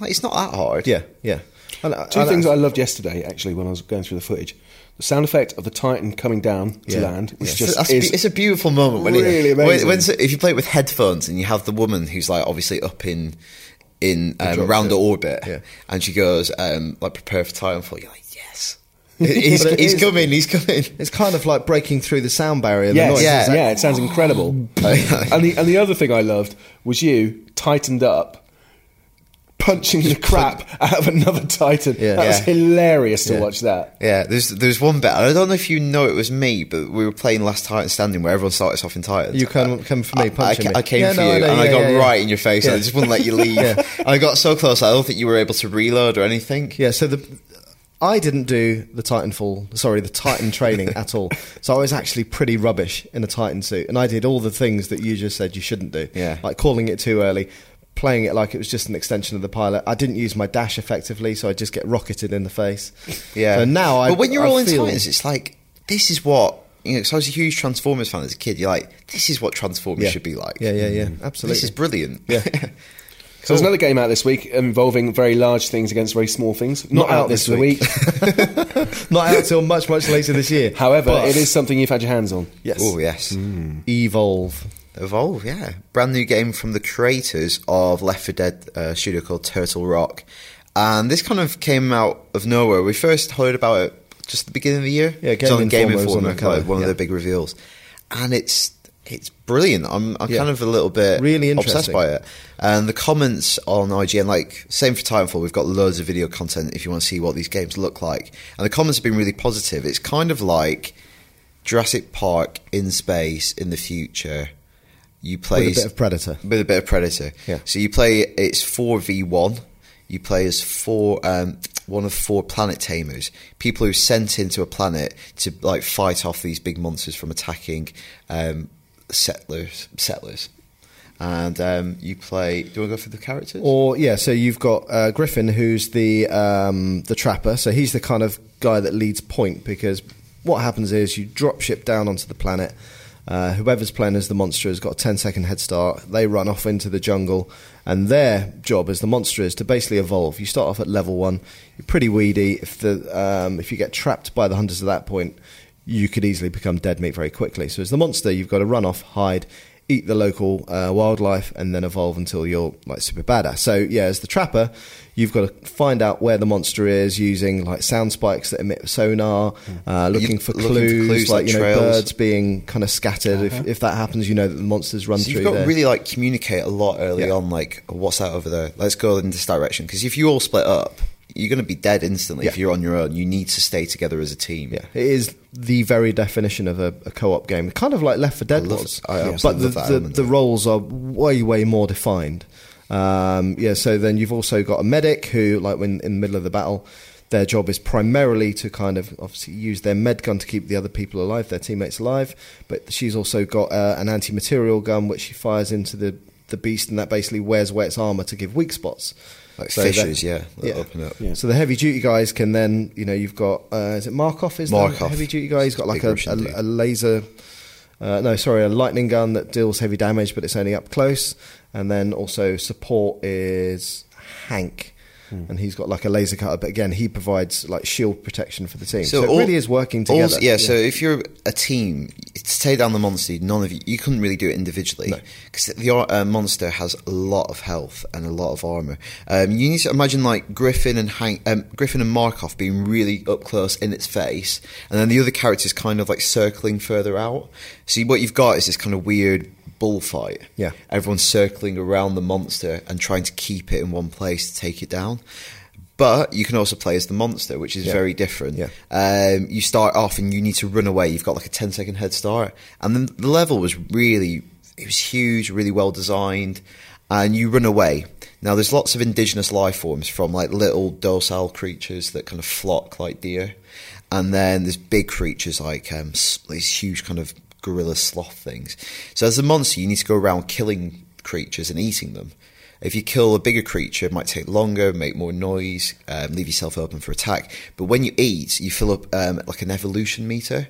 B: Like, it's not that hard.
C: Yeah, yeah. And, I-
A: Two
C: and
A: things I loved yesterday, actually, when I was going through the footage, the sound effect of the Titan coming down to
C: Yeah.
A: land was
B: It's,
A: just
B: that's-
A: is
B: it's a beautiful moment when
A: really
B: it, when-
A: amazing.
B: when- if you play it with headphones and you have the woman who's like obviously up in in um,
C: drop
B: around the
C: ship.
B: orbit,
C: Yeah.
B: and she goes um, like prepare for Titanfall. You're like yes, he's,
C: But it
B: he's
C: is-
B: coming, he's coming.
C: It's kind of like breaking through the sound barrier. The
A: Yes,
C: noise.
A: yeah,
B: Yeah.
A: yeah, it sounds incredible. and the and the other thing I loved was you tightened up, punching the crap out of another Titan.
C: Yeah.
A: that was
B: Yeah.
A: hilarious to
C: Yeah.
A: watch that.
B: Yeah, there's there's one bit. and I don't know if you know it was me, but we were playing last Titan Standing, where everyone started off in Titans.
C: You come- come for me,
B: I-
C: punching
B: I,
C: me.
B: I came
C: Yeah,
B: for
C: no, I
B: you,
C: know,
B: and I
C: yeah,
B: got
C: yeah, yeah.
B: right in your face,
C: Yeah.
B: and I just wouldn't let you leave. And I got so close, I don't think you were able to reload or anything.
C: Yeah, so the I didn't do the Titanfall, sorry, the Titan training at all. So I was actually pretty rubbish in a Titan suit, and I did all the things that you just said you shouldn't do.
B: Yeah.
C: like calling it too early, playing it like it was just an extension of the pilot. I didn't use my dash effectively, so I just get rocketed in the face.
B: Yeah.
C: So now I.
B: But when you're
C: I
B: all in
C: feel-
B: Titans, it's like this is what you know. Because I was a huge Transformers fan as a kid. You're like, this is what Transformers
C: Yeah.
B: should be like. hmm.
C: Yeah, yeah, yeah. Absolutely.
B: This is brilliant.
C: Yeah.
A: So there's another game out this week involving very large things against very small things. Not, out, this week.
C: Not out till much, much later this year.
A: However,
C: But-
A: it is something you've had your hands on.
C: Yes.
B: Oh yes.
C: Mm. Evolve.
B: Evolve. Yeah. Brand new game from the creators of Left 4 Dead uh, studio called Turtle Rock, and this kind of came out of nowhere. We first heard about it just at the beginning of the year.
C: Yeah,
B: It's
C: Game
B: on Game
C: Informer was on
B: Informer,
C: the cover,
B: like one of
C: yeah.
B: their big reveals, and it's it's brilliant. I'm, I'm
C: Yeah.
B: kind of a little bit
C: Really
B: obsessed
C: interesting.
B: by it. it. And the comments on IGN, like same for Titanfall, we've got loads of video content if you want to see what these games look like. And the comments have been really positive. It's kind of like Jurassic Park in space in the future. You play
C: With a bit of Predator.
B: With a bit of Predator.
C: Yeah.
B: So you play it's four v one. You play as four um, one of four planet tamers, people who are sent into a planet to like fight off these big monsters from attacking um, settlers. Settlers. And um, you play. Do you want to go through the characters?
C: Or yeah, so you've got uh, Griffin, who's the um, the trapper. So he's the kind of guy that leads point because what happens is you drop ship down onto the planet. Uh, whoever's playing as the monster has got a 10 second head start. They run off into the jungle, and their job as the monster is to basically evolve. You start off at level one. You're pretty weedy. If the um, if you get trapped by the hunters at that point, you could easily become dead meat very quickly. So as the monster, you've got to run off, hide, eat the local uh, wildlife, and then evolve until you're like super badass. So yeah, as the trapper, you've got to find out where the monster is using like sound spikes that emit sonar, uh, looking, for,
B: Mm. looking for
C: clues,
B: clues,
C: like,
B: like
C: you know
B: trails. Uh-huh.
C: birds being kind of scattered. If, if that happens, you know that the monsters run
B: So
C: through
B: you've got to
C: there.
B: really like communicate a lot early
C: Yeah.
B: on. Like, "Oh, what's that over there? Let's go in this direction. Because if you all split up, you're going to be dead instantly if
C: Yeah.
B: you're on your own. You need to stay together as a team.
C: Yeah, it is the very definition of a, a co-op game, kind of like Left for Dead
B: I love-
C: was.
B: I absolutely
C: but the,
B: love that
C: the,
B: element
C: the
B: of it.
C: roles are way, way more defined. Um, yeah, so then you've also got a medic who, like, when in the middle of the battle, their job is primarily to kind of obviously use their med gun to keep the other people alive, their teammates alive. But she's also got uh, an anti-material gun which she fires into the the beast, and that basically wears away its armor to give weak spots.
B: Like
C: that-
B: fissures, yeah, that open up.
A: Yeah.
C: so the heavy duty guys can then, you know, you've got uh, is it Markov? Is the
B: Markov.
C: heavy duty guy? He's got like
B: Big
C: a,
B: Russian dude.
C: a, a laser. Uh, no, sorry, a lightning gun that deals heavy damage, but it's only up close. And then also support is Hank,
B: Hmm.
C: and he's got like a laser cutter, but again, he provides like shield protection for the team. So, it
B: all-
C: really is working
B: all-
C: together.
B: yeah, so if you're a team, to take down the monster, none of you, you couldn't really do it individually because the ar- uh, monster has a lot of health and a lot of armor. Um, you need to imagine like Griffin and Hank, um, Griffin and Markov being really up close in its face, and then the other characters kind of like circling further out. So what you've got is this kind of weird bullfight.
C: Yeah.
B: everyone's circling around the monster and trying to keep it in one place to take it down. But you can also play as the monster, which is
C: Yeah.
B: very different
C: Yeah.
B: um, you start off and you need to run away. You've got like a 10 second head start. And then the level was really, it was huge, really well designed. And you run away. Now, there's lots of indigenous life forms from like little docile creatures that kind of flock like deer. And then there's big creatures like um, s- these huge kind of gorilla sloth things. So, as a monster, you need to go around killing creatures and eating them. If you kill a bigger creature, it might take longer, make more noise, um, leave yourself open for attack. But when you eat, you fill up um, like an evolution meter.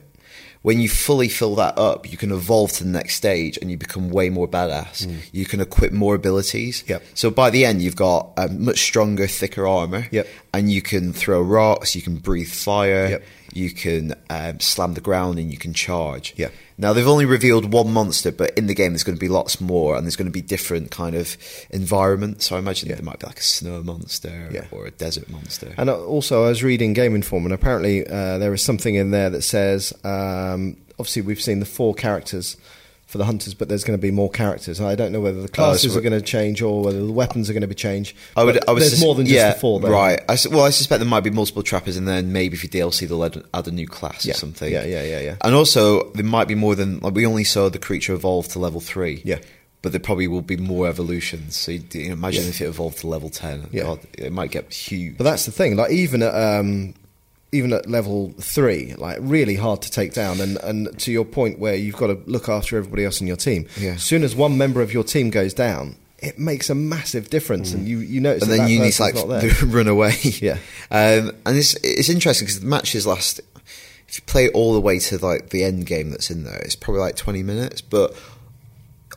B: When you fully fill that up, you can evolve to the next stage and you become way more badass. You can equip more abilities.
C: Mm. Yep.
B: So by the end, you've got um, much stronger, thicker armor.
C: Yep.
B: And you can throw rocks, you can breathe fire,
C: Yep.
B: you can um, slam the ground, and you can charge.
C: Yeah.
B: Now they've only revealed one monster, but in the game there's going to be lots more, and there's going to be different kind of environments. So I imagine there might be like a snow monster
C: Yeah.
B: or a desert monster.
C: And uh, also, I was reading Game Informer, and apparently uh, there is something in there that says, um, obviously, we've seen the four characters for the hunters, but there's going to be more characters. And I don't know whether the classes
B: Oh, so-
C: are going to change or whether the weapons are going to be changed.
B: I would.
C: But
B: I would
C: there's
B: sus-
C: more than just
B: yeah,
C: the four, though.
B: right? I su- well, I suspect there might be multiple trappers, and then maybe for DLC they'll add, add a new class
C: Yeah.
B: or something.
C: Yeah, yeah, yeah, yeah.
B: And also there might be more than like we only saw the creature evolve to level three.
C: Yeah.
B: But there probably will be more evolutions. So you, you know, imagine
C: Yeah.
B: if it evolved to level ten.
C: Yeah.
B: God, it might get huge.
C: But that's the thing. Like even at um, even at level three, like really hard to take down. And and to your point, where you've got to look after everybody else in your team.
B: Yeah.
C: As soon as one member of your team goes down, it makes a massive difference, and you you
B: Mm.
C: notice.
B: and
C: that
B: then
C: that
B: you need
C: person's
B: to like
C: not there.
B: run away.
C: Yeah.
B: um, and it's it's interesting because the matches last. If you play all the way to like the end game that's in there, it's probably like twenty minutes. But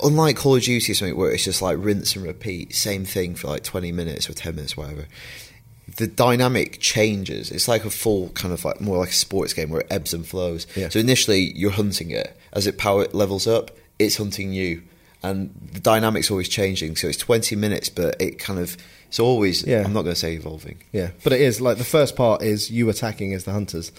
B: unlike Call of Duty or something where it's just like rinse and repeat, same thing for like twenty minutes or ten minutes, whatever. The dynamic changes. It's like a full kind of like more like a sports game where it ebbs and flows.
C: Yeah.
B: So initially you're hunting it. As it power levels up, it's hunting you. And the dynamic's always changing. So it's 20 minutes, but it kind of, it's always,
C: Yeah.
B: I'm not going to say evolving.
C: Yeah, but it is like the first part is you attacking as the hunters,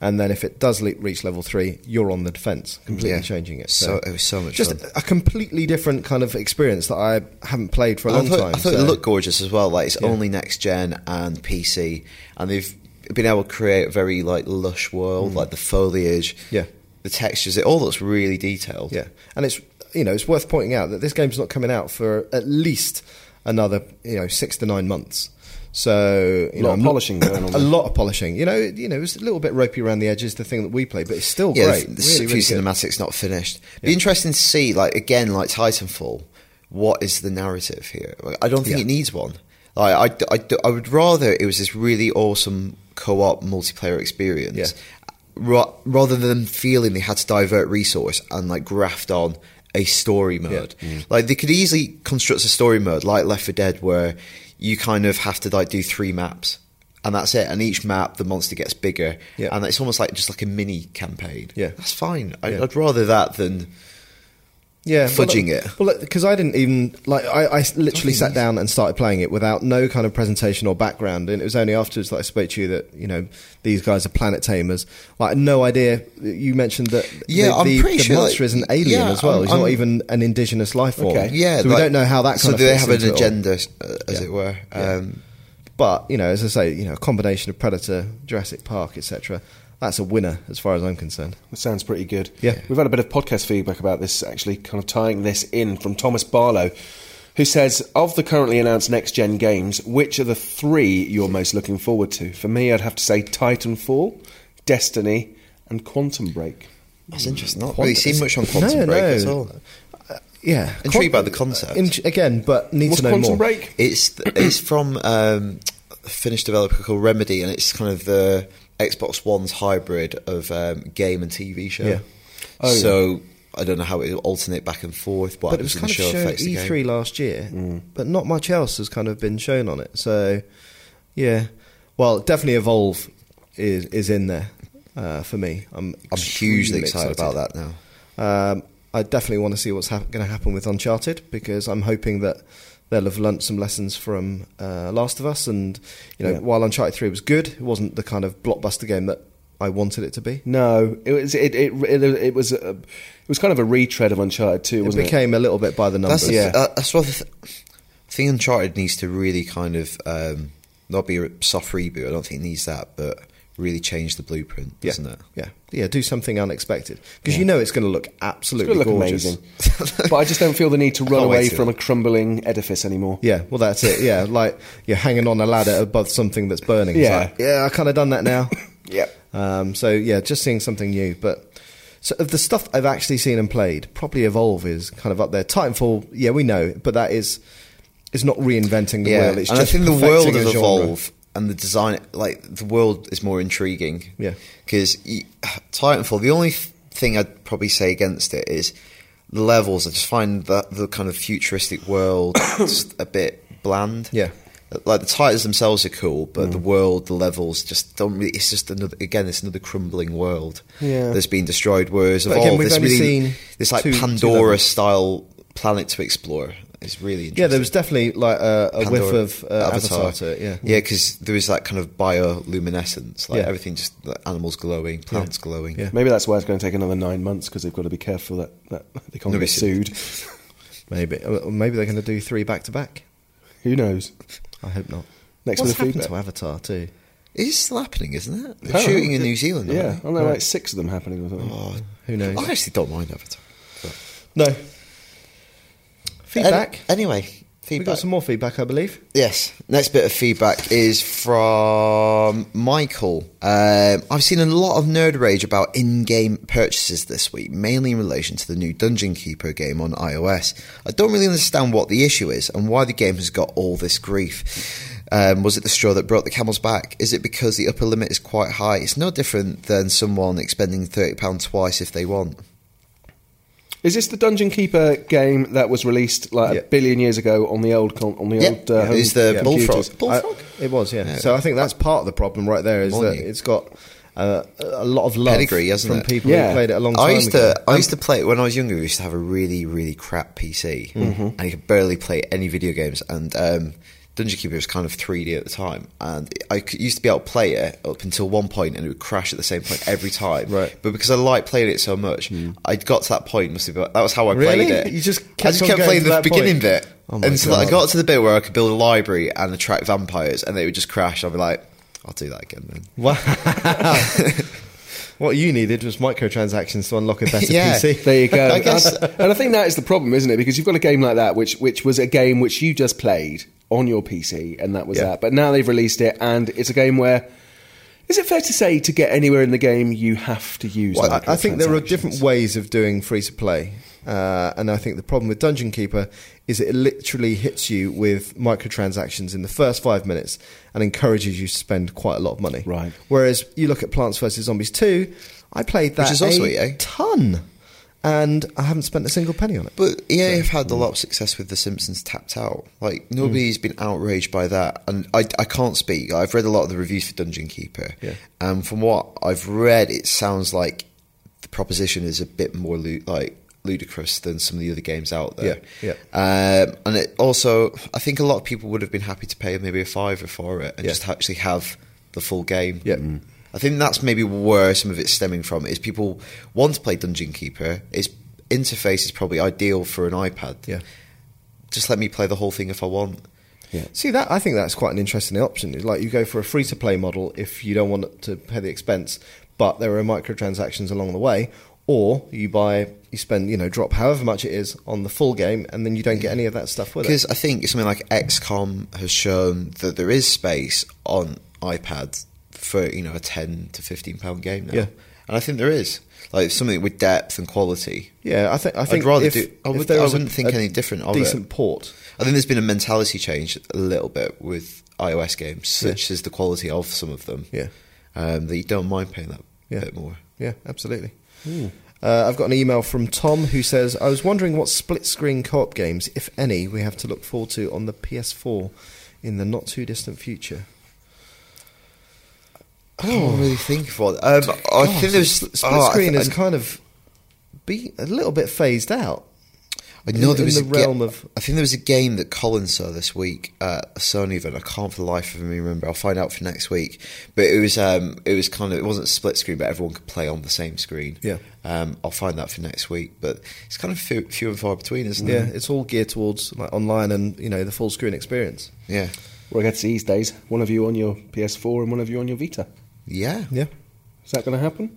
C: and then if it does le- reach level three, you're on the defense, completely
B: Yeah.
C: changing it.
B: So, it was so much
C: just
B: fun.
C: a completely different kind of experience that I haven't played for a
B: And
C: long
B: I thought,
C: time.
B: I thought it
C: so-
B: looked gorgeous as well. Like it's
C: Yeah.
B: only next gen and PC, and they've been able to create a very like lush world, like the foliage,
C: Yeah.
B: the textures. It all looks really detailed.
C: yeah, and it's you know it's worth pointing out that this game's not coming out for at least another you know six to nine months. So you
A: Lot
C: know,
A: of
C: I'm not-
A: polishing going on
C: a
A: there.
C: lot of polishing. You know, it, you know, it was a little bit ropey around the edges. The thing that we played, but it's still
B: yeah.
C: great.
B: the
C: really, really
B: few
C: good.
B: cinematics not finished. Be interesting to see, like again, like Titanfall. What is the narrative here? Like, I don't think
C: Yeah.
B: it needs one. Like I d- I, d- I would rather it was this really awesome co-op multiplayer experience.
C: Yeah.
B: ra- rather than feeling they had to divert resource and like graft on a story mode. Like they could easily construct a story mode like Left 4 Dead where you kind of have to like do three maps and that's it. And each map the monster gets bigger.
C: Yeah.
B: And it's almost like just like a mini campaign.
C: Yeah.
B: That's fine. I,
C: Yeah.
B: I'd rather that than
C: yeah,
B: fudging
C: well,
B: it.
C: Well, because I didn't even like I, I s- literally
B: Don't
C: sat
B: you-
C: down and started playing it without no kind of presentation or background, and it was only afterwards that I spoke to you that you know these guys are planet tamers. Like I had no idea. You mentioned that
B: Yeah,
C: the,
B: I'm
C: the,
B: pretty
C: the
B: sure, like-
C: monster is an alien
B: yeah,
C: as well.
B: I'm-
C: He's not
B: I'm-
C: even an indigenous life form.
A: Okay.
B: yeah.
C: so we
B: like-
C: don't know how that. Kind
B: so
C: of
B: they
C: fits
B: have an
C: into it all.
B: agenda, uh, as
C: Yeah.
B: it were.
C: Yeah.
B: Um,
C: But you know, as I say, you know, a combination of Predator, Jurassic Park, etc. That's a winner as far as I'm concerned.
A: That sounds pretty good.
C: Yeah.
A: We've had a bit of podcast feedback about this, actually, kind of tying this in from Thomas Barlow, who says Of the currently announced next gen games, which are the three you're most looking forward to? For me, I'd have to say Titanfall, Destiny, and Quantum Break.
B: That's interesting. Not really seen much on Quantum Break at all.
C: Uh, yeah,
B: Intrigued by the concept.
C: Int- again, but need
A: What's
C: to know
A: Quantum
C: more.
A: Break?
B: It's th- it's from um, a Finnish developer called Remedy, and it's kind of the Xbox One's hybrid of um, game and TV show.
C: Yeah.
A: Oh,
B: so I don't know how it'll alternate back and forth, but,
C: but it was kind of E
B: show
C: shown at
B: affects the game. Mm.
C: E3 last year, but not much else has kind of been shown on it. So, yeah, well, definitely Evolve is is in there uh, for me. I'm
B: I'm hugely
C: extremely
B: excited, about that now.
C: Um, I definitely want to see what's hap- going to happen with Uncharted because I'm hoping that they'll have learnt some lessons from uh, Last of Us. And you know,
A: Yeah.
C: while Uncharted Three was good, it wasn't the kind of blockbuster game that I wanted it to be.
A: No, it was it it, it, it was a, it was kind of a retread of Uncharted 2,
C: It
A: wasn't it?
C: became a little bit by the numbers.
B: That's the,
A: Yeah.
B: uh, that's what the th- I think Uncharted needs to really kind of um, not be a soft reboot. I don't think it needs that, but really change the blueprint,
C: yeah.
B: doesn't it?
C: Yeah, yeah. Do something unexpected because you know it's going to look absolutely
A: It's gonna look
C: gorgeous.
A: amazing. but I just don't feel the need to run
B: can't wait
A: away
B: to.
A: from a crumbling edifice anymore.
C: Yeah, well, that's it. Yeah, like you're hanging on a ladder above something that's burning. It's
A: Yeah.
C: like, yeah, I kind of done that now.
A: Yeah.
C: Um, so yeah, just seeing something new. But so of the stuff I've actually seen and played, probably Evolve is kind of up there. Titanfall, yeah, we know, but that is it's not reinventing the wheel. It's
B: and I
C: just
B: think the
C: perfecting
B: world
C: a
B: has
C: genre.
B: evolved, and the design, like the world, is more intriguing.
C: Yeah.
B: because Titanfall. The only th- thing I'd probably say against it is the levels. I just find that the kind of futuristic world just a bit bland.
C: Yeah. Mm.
B: Like the titles themselves are cool, but the world, the levels just don't really. It's just another again. It's another crumbling world
A: Yeah.
B: that's been destroyed. Whereas
C: But again,
B: evolved,
C: we've
B: there's
C: only
B: really
C: seen
B: this like
C: two- two
B: Pandora
C: levels.
B: style planet to explore. It's really interesting.
C: Yeah, there was definitely like a, a whiff
B: Pandora-
C: of uh, Avatar. to it, Yeah,
B: yeah, because there was that kind of bioluminescence, like
C: Yeah.
B: everything just like, animals glowing, plants glowing.
C: Yeah.
A: Maybe that's why it's going to take another nine months because they've got to be careful that, that they can't
B: No,
A: get
B: it's-
A: sued.
C: maybe or maybe they're going to do three back to back.
A: Who knows?
C: I hope not.
A: Next bit
C: What's
A: of
C: happened
A: feedback.
C: to Avatar too?
B: It's still happening, isn't it? They're
A: Oh,
B: shooting in
A: it-
B: New Zealand. aren't
A: Yeah,
B: they?
A: I know, like six of them happening or something.
B: Oh,
C: Who knows?
B: I actually don't mind Avatar.
C: No feedback.
B: Any- anyway,
C: we
B: feedback.
C: got some more feedback, I believe.
B: Yes. Next bit of feedback is from Michael. Um, I've seen a lot of nerd rage about in-game purchases this week, mainly in relation to the new Dungeon Keeper game on iOS. I don't really understand what the issue is and why the game has got all this grief. Um, was it the straw that broke the camel's back? Is it because the upper limit is quite high? It's no different than someone expending thirty pounds twice if they want.
A: Is this the Dungeon Keeper game that was released like
C: Yeah.
A: a billion years ago on the old con- on the
B: Yeah.
A: old? Uh,
B: Yeah.
A: home
B: It's the
A: computers?
B: Bullfrog.
C: I-
B: Bullfrog?
C: it was, yeah.
B: Yeah.
C: So I think that's part of the problem right there is
B: Morning.
C: that it's got uh, a lot of love
B: Pedigree, hasn't
C: from
B: it?
C: people
A: Yeah.
C: who played it a long time
B: I used
C: ago. Um,
B: to I used to play when I was younger. We used to have a really really crap PC,
C: Mm-hmm.
B: and I could barely play any video games. And um, Dungeon Keeper was kind of 3D at the time, and I c- used to be able to play it up until one point, and it would crash at the same point every time.
C: Right. Mm.
B: But because I liked playing it so much, I got to that point. Must have been, that was how I
C: Really?
B: played it.
C: You just
B: I
C: kept
B: just
C: on
B: kept
C: going
B: playing
C: to
B: the
C: that
B: beginning
C: point?
B: bit
C: Oh my
B: until I
C: God.
B: got to the bit where I could build a library and attract vampires, and they would just crash. I'd be like, I'll do that again then.
C: Wow. what you needed was microtransactions to unlock a better
B: Yeah.
C: PC.
A: There you go.
B: I guess-
A: and I think that is the problem, isn't it? Because you've got a game like that, which which was a game which you just played on your PC, and that was
C: Yeah.
A: that. But now they've released it, and it's a game where is it fair to say to get anywhere in the game you have to use?
C: Well, I, I think there are
A: microtransactions?
C: different ways of doing free to play. Uh, and I think the problem with Dungeon Keeper is it literally hits you with microtransactions in the first five minutes and encourages you to spend quite a lot of money.
A: Right.
C: Whereas you look at Plants vs. Zombies 2, I played that
B: Which is also
C: a
B: EA.
C: ton. And I haven't spent a single penny on it.
B: But EA have
C: mm.
B: had a lot of success with The Simpsons tapped out. Like nobody's been outraged by that, and I, I can't speak. I've read a lot of the reviews for Dungeon Keeper,
C: Yeah.
B: and from what I've read, it sounds like the proposition is a bit more lu- like ludicrous than some of the other games out there.
C: Yeah,
B: Um, and it also, I think a lot of people would have been happy to pay maybe a fiver for it and
C: Yeah.
B: just actually have the full game.
C: Yeah. Mm.
B: I think that's maybe where some of it's stemming from is people want to play Dungeon Keeper. Its interface is probably ideal for an iPad.
C: Yeah.
B: Just let me play the whole thing if I want.
A: Yeah.
C: See that I think that's quite an interesting option. It's like you go for a free to play model if you don't want to pay the expense, but there are microtransactions along the way, or you buy you spend you know drop however much it is on the full game, and then you don't get any of that stuff with it.
B: Because I think something like XCOM has shown that there is space on iPad for you know a ten to fifteen pound game now,
C: Yeah.
B: and I think there is like something with depth and quality.
C: Yeah, I think I think
B: rather
C: if,
B: do- I
C: if
B: would-
C: there
B: I
C: was a-
B: wouldn't think
C: a
B: any different of it.
C: decent port.
B: I think there's been a mentality change a little bit with iOS games, such as the quality of some of them.
C: Yeah.
B: um, that you don't mind paying that
C: Yeah.
B: bit more.
C: Yeah, absolutely.
B: Hmm.
C: Uh, I've got an email from Tom who says, I was wondering what split screen co op games, if any, we have to look forward to on the PS4 in the not too distant future.
B: I can't really think of what. Um, I think there's
C: Split split
B: oh, I
C: screen
B: thi-
C: is kind of be a little bit phased out.
B: I know
C: in-
B: there was
C: in
B: a
C: the
B: ga-
C: realm of-
B: I think there was a game that Colin saw this week at a Sony event. I can't for the life of me remember. I'll find out for next week. But it was um, it was kind of it wasn't split screen, but everyone could play on the same screen.
C: Yeah.
B: Um, I'll find that for next week. But it's kind of few, few and far between, isn't
C: Yeah,
B: it?
C: it's all geared towards like online and you know the full screen experience.
B: Yeah.
A: What I get to see these days, one of you on your PS4 and one of you on your Vita.
B: Yeah.
C: Yeah,
A: Is that going to happen?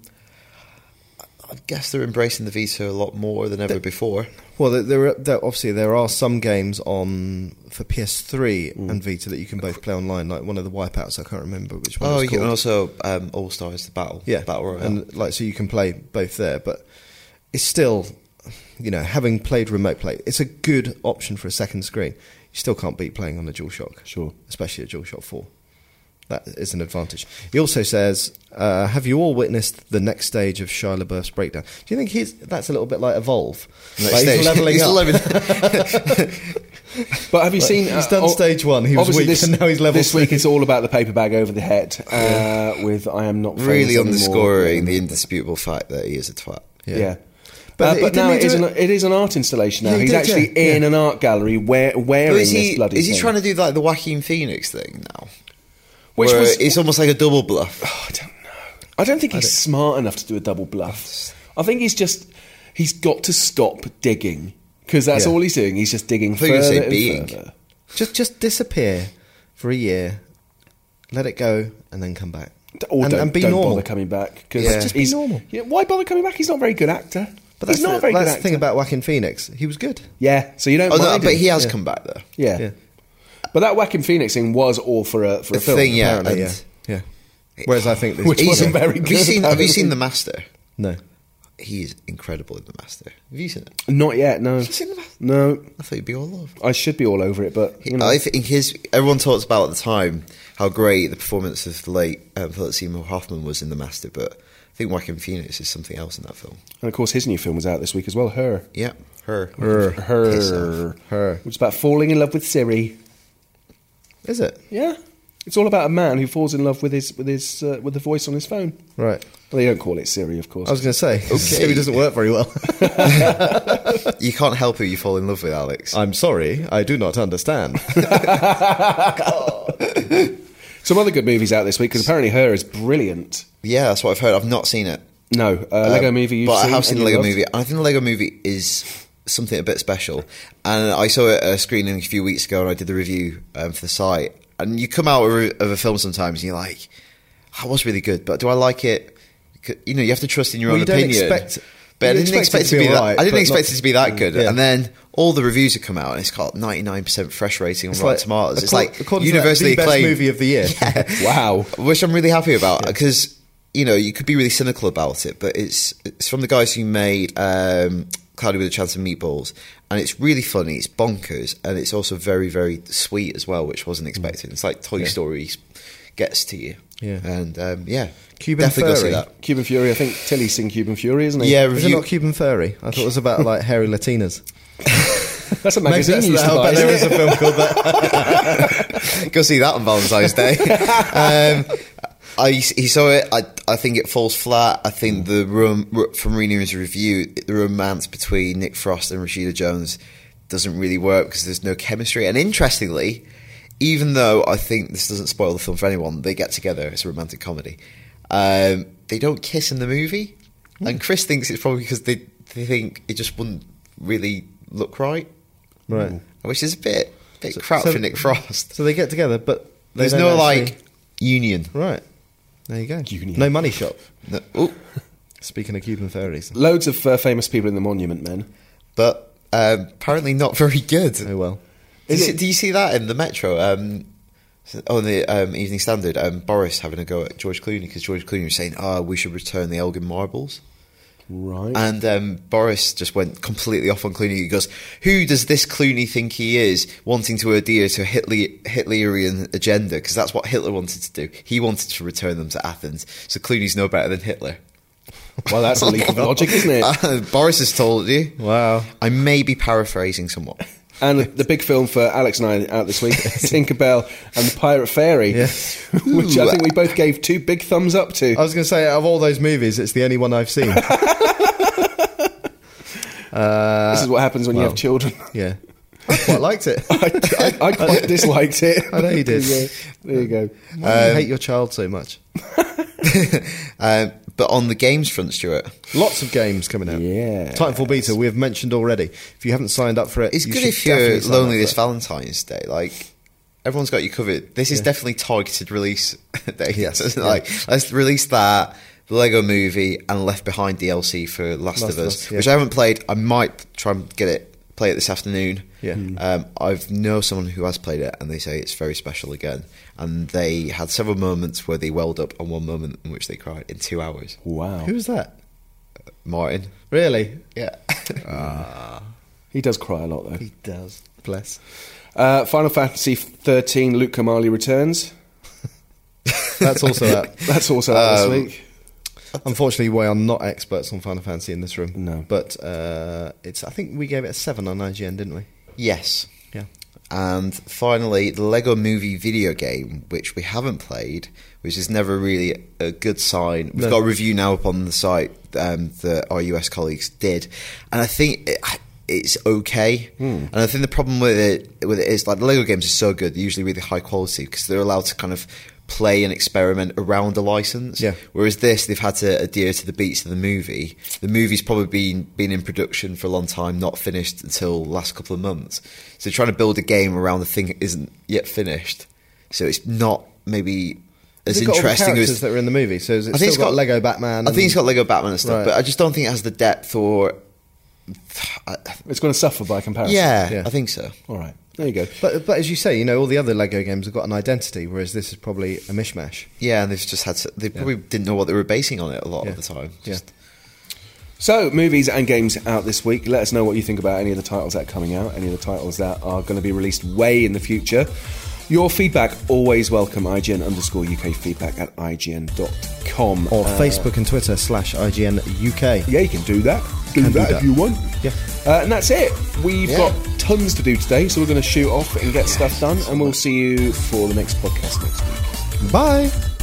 B: I guess they're embracing the Vita a lot more than ever before.
C: well, there, there, are, there obviously there are some games on for PS3 and Vita that you can both play online. Like one of the Wipeouts, I can't remember which one.
B: Oh,
C: it's
B: you can
C: called.
B: also um, All Stars the battle.
C: yeah,
B: Battle Royale.
C: and like so you can play both there, but it's still, you know, having played remote play, it's a good option for a second screen. You still can't beat playing on a DualShock,
A: Sure.
C: especially a DualShock Four. That is an advantage. He also says, uh, "Have you all witnessed the next stage of Shia LaBeouf's breakdown? Do you think he's that's a little bit like Evolve?
B: Next
C: Like,
B: stage.
C: He's leveling
B: He's
C: up.
B: leveling-
A: But have you
C: Right.
A: seen? uh, oh,
C: He's done stage one. He was
A: obviously
C: weak, and now he's level
A: This week it's all about the paper bag over the head. Uh, With I am not famous
B: really
A: anymore.
B: underscoring the indisputable fact that he is a twat.
A: Yeah.
C: But
A: But,
C: it-
A: but
C: didn't
A: now
C: he
A: it
C: do
A: is, an,
C: it-
A: it is an art installation now.
C: Yeah, he
A: He's
C: did,
A: actually
C: yeah,
A: in
C: yeah.
A: an art gallery wear, wearing
B: But is
A: this
B: he,
A: bloody
B: is he
A: thing.
B: trying to do like the Joaquin Phoenix thing now?
A: Which
B: Where
A: was-
B: it's almost like a double bluff.
A: Oh, I don't know. I don't think he's smart enough to do a double bluff. I think he's just he's got to stop digging because that's
C: Yeah.
A: all he's doing. He's just digging
B: thought you were
A: further
B: gonna say
A: and
B: being.
A: further.
C: Just just disappear for a year, let it go, and then come back,
A: Or
C: and,
A: don't,
C: and be
A: don't
C: normal.
A: bother coming back because
B: Yeah. Just
C: be normal.
A: Yeah, why bother coming back? He's not a very good actor.
C: But that's
A: he's not
C: the,
A: a very
C: that's
A: good
C: the
A: actor.
C: thing about Whacking Phoenix. He was good.
A: yeah, so you don't.
B: Oh,
A: mind
B: no, but
A: him.
B: he has
C: Yeah.
B: come back though.
A: Yeah.
C: Yeah.
A: But that Whacking Phoenix thing was all for a for a
B: The
A: film.
B: thing, yeah,
A: apparently.
B: and-
C: yeah. Whereas I think this
A: Which
C: yeah.
A: wasn't very
B: Have you
A: good,
B: seen, have you
A: apparently.
B: seen The Master?
C: No.
B: He's incredible in The Master. Have you seen it?
A: Not yet. No.
B: you seen The Master?
A: No.
B: I thought you'd be all over.
A: I should be all over it, but you know.
B: I think his everyone talks about at the time how great the performance of the late um, Philip Seymour Hoffman was in The Master, but I think Joaquin Phoenix is something else in that film.
A: and of course, his new film was out this week as well. Her.
B: Yeah, her,
A: Her.
B: Piss off.
A: Her.
C: Her.
A: Which is about falling in love with Siri.
C: Is it?
A: Yeah. It's all about a man who falls in love with his with his uh, with the voice on his phone.
C: Right.
A: Well, they don't call it Siri, of course.
C: I was going to say, okay. Siri doesn't work very well.
B: You can't help who you fall in love with, Alex.
C: I'm sorry, I do not understand.
A: Some other good movies out this week because apparently Her is brilliant.
B: yeah, that's what I've heard. I've not seen it.
A: No, uh, Lego
B: Um,
A: Movie. You've
B: but
A: seen
B: I have seen
A: and
B: the
A: you
B: Lego
A: loved.
B: Movie. I think the Lego Movie is something a bit special. And I saw it at a screening a few weeks ago, and I did the review um, for the site. And you come out of a, of a film sometimes, and you're like, "I was really good," but do I like it? C- You know, you have to trust in your
C: Well,
B: own
C: you don't
B: opinion.
C: expect-
B: but I
C: you
B: didn't expect it to be
C: all
B: that.
C: right,
B: I didn't
C: but
B: expect
C: not- Mm,
B: it to be that good.
C: Yeah.
B: And then all the reviews have come out, and it's got 99% fresh rating on
C: It's
B: Rotten
C: like-
B: Tomatoes. It's
C: accord-
B: like
C: according to that,
B: universally
C: the best
B: acclaimed
C: movie of the year.
B: Yeah
A: Wow.
B: which I'm really happy about because you know you could be really cynical about it, but it's it's from the guys who made um, Cloudy with a Chance of Meatballs, and it's really funny. It's bonkers, and it's also very very sweet as well, which
C: Mm.
B: wasn't expected. It's like Toy Story gets to you,
C: Yeah.
B: and um, yeah,
C: Cuban
B: definitely
C: furry.
B: go see that.
A: Cuban Fury. I think Tilly's seen Cuban Fury, isn't he?
B: Yeah,
C: Is it
B: review.
C: not Cuban Furry? I thought it was about like hairy Latinas.
A: that's a magazine
C: that's
A: you used to
C: how-
A: buy.
C: but
A: isn't
C: there
A: it?
C: is a film called that.
B: Go see that on Valentine's Day. um, I he saw it. I I think it falls flat. I think the rom, ro- from reading his review, the romance between Nick Frost and Rashida Jones doesn't really work because there's no chemistry. And interestingly, even though I think this doesn't spoil the film for anyone, they get together. It's a romantic comedy. Um, they don't kiss in the movie,
C: Hmm.
B: and Chris thinks it's probably because they they think it just wouldn't really look right,
C: Right.
B: which is a bit Bit
C: So-
B: crap
C: so-
B: for Nick Frost.
C: So they get together, but they
B: There's
C: don't
B: no
C: actually-
B: like union.
C: right. There you go.
A: Union.
C: No money shot.
B: No- ooh.
C: Speaking of Cuban fairies.
A: Loads of uh, famous people in the Monument Men.
B: but um, apparently not very good.
C: Oh well.
B: Do
A: Is
B: you, see-
A: it-
B: do you see that in the Metro? Um, on the um, Evening Standard, um, Boris having a go at George Clooney because George Clooney was saying, "Ah, we should return the Elgin marbles,"
A: Right.
B: and um, Boris just went completely off on Clooney. He goes, "Who does this Clooney think he is, wanting to adhere to a Hitler- Hitlerian agenda? Because that's what Hitler wanted to do. He wanted to return them to Athens. So Clooney's no better than Hitler."
A: well, that's a
B: Oh
A: leap of logic, isn't it?
B: Uh, Boris has told you.
C: Wow.
B: I may be paraphrasing somewhat.
A: And the, the big film for Alex and I out this week, Tinkerbell and the Pirate Fairy,
C: Yes.
A: which I think we both gave two big thumbs up to.
C: I was going to say, out of all those movies, it's the only one I've seen. uh,
A: this is what happens when you
C: well.
A: have children.
C: yeah. I quite liked it.
A: I, I, I quite disliked it.
C: I know you did.
A: Yeah, there you go.
C: Why do you hate your child so much?
B: Um, but on the games front, Stuart,
C: Lots of games coming out.
A: Yes.
C: Titanfall Beta, we have mentioned already. If you haven't signed up for it,
B: it's
C: you
B: good
C: should
B: if you're
C: definitely sign
B: lonely
C: up
B: this
C: for it.
B: Valentine's Day. Like everyone's got you covered. This is definitely targeted release day.
C: Yes,
B: It's
C: yeah.
B: like let's release that the Lego Movie and Left Behind DLC for Last, of Us,
C: yeah.
B: which I haven't played. I might try and get it play it this afternoon.
C: Yeah. Hmm.
B: Um, I've know someone who has played it, and they say it's very special again. And they had several moments where they welled up, and one moment in which they cried in two hours.
A: Wow.
C: Who was that?
B: Martin,
C: Really?
B: yeah.
A: He does cry a lot, though.
C: He does. Bless.
A: Uh, Final Fantasy 13, Luke Kamali returns.
C: That's also out.
A: That's also out
B: Um,
A: this week.
C: Unfortunately, we are not experts on Final Fantasy in this room.
A: No.
C: But uh, it's. I think we gave it a 7 on IGN, didn't we?
B: yes.
C: Yeah.
B: And finally, the Lego Movie video game, which we haven't played, which is never really a good sign. We've
C: No.
B: got a review now up on the site um, that our US colleagues did, and I think it, it's okay.
C: Hmm.
B: And I think the problem with it with it is like the Lego games are so good, they're usually really high quality because they're allowed to kind of play and experiment around a license.
C: Yeah.
B: Whereas this, they've had to adhere to the beats of the movie. The movie's probably been been in production for a long time, not finished until last couple of months. So trying to build a game around the thing that isn't yet finished, so it's not maybe as
C: Has it got all the
B: interesting
C: characters
B: as.
C: that are in the movie. So is it
B: I think
C: still
B: it's
C: got,
B: got
C: Lego Batman.
B: I think it's got Lego Batman and stuff,
C: Right.
B: but I just don't think it has the depth or.
A: It's going to suffer by comparison.
B: Yeah,
C: Yeah.
B: I think so.
A: All right. There you go.
C: But but as you say, you know, all the other Lego games have got an identity, whereas this is probably a mishmash.
B: Yeah, and they've just had. To, they probably didn't know what they were basing on it a lot
C: Yeah.
B: of the time.
C: Yeah.
B: Just-
A: So, movies and games out this week. Let us know what you think about any of the titles that are coming out, any of the titles that are going to be released way in the future. Your feedback, always welcome. IGN underscore UK feedback at IGN.com.
C: Or
A: Uh,
C: Facebook and Twitter slash IGN UK.
A: Yeah, you can do that. Do
C: Can do
A: that if
C: that.
A: you want.
C: Yeah.
A: Uh, and that's it. We've
B: Yeah.
A: got tons to do today, so we're going to shoot off and get stuff done, and we'll see you for the next podcast next week.
C: Bye.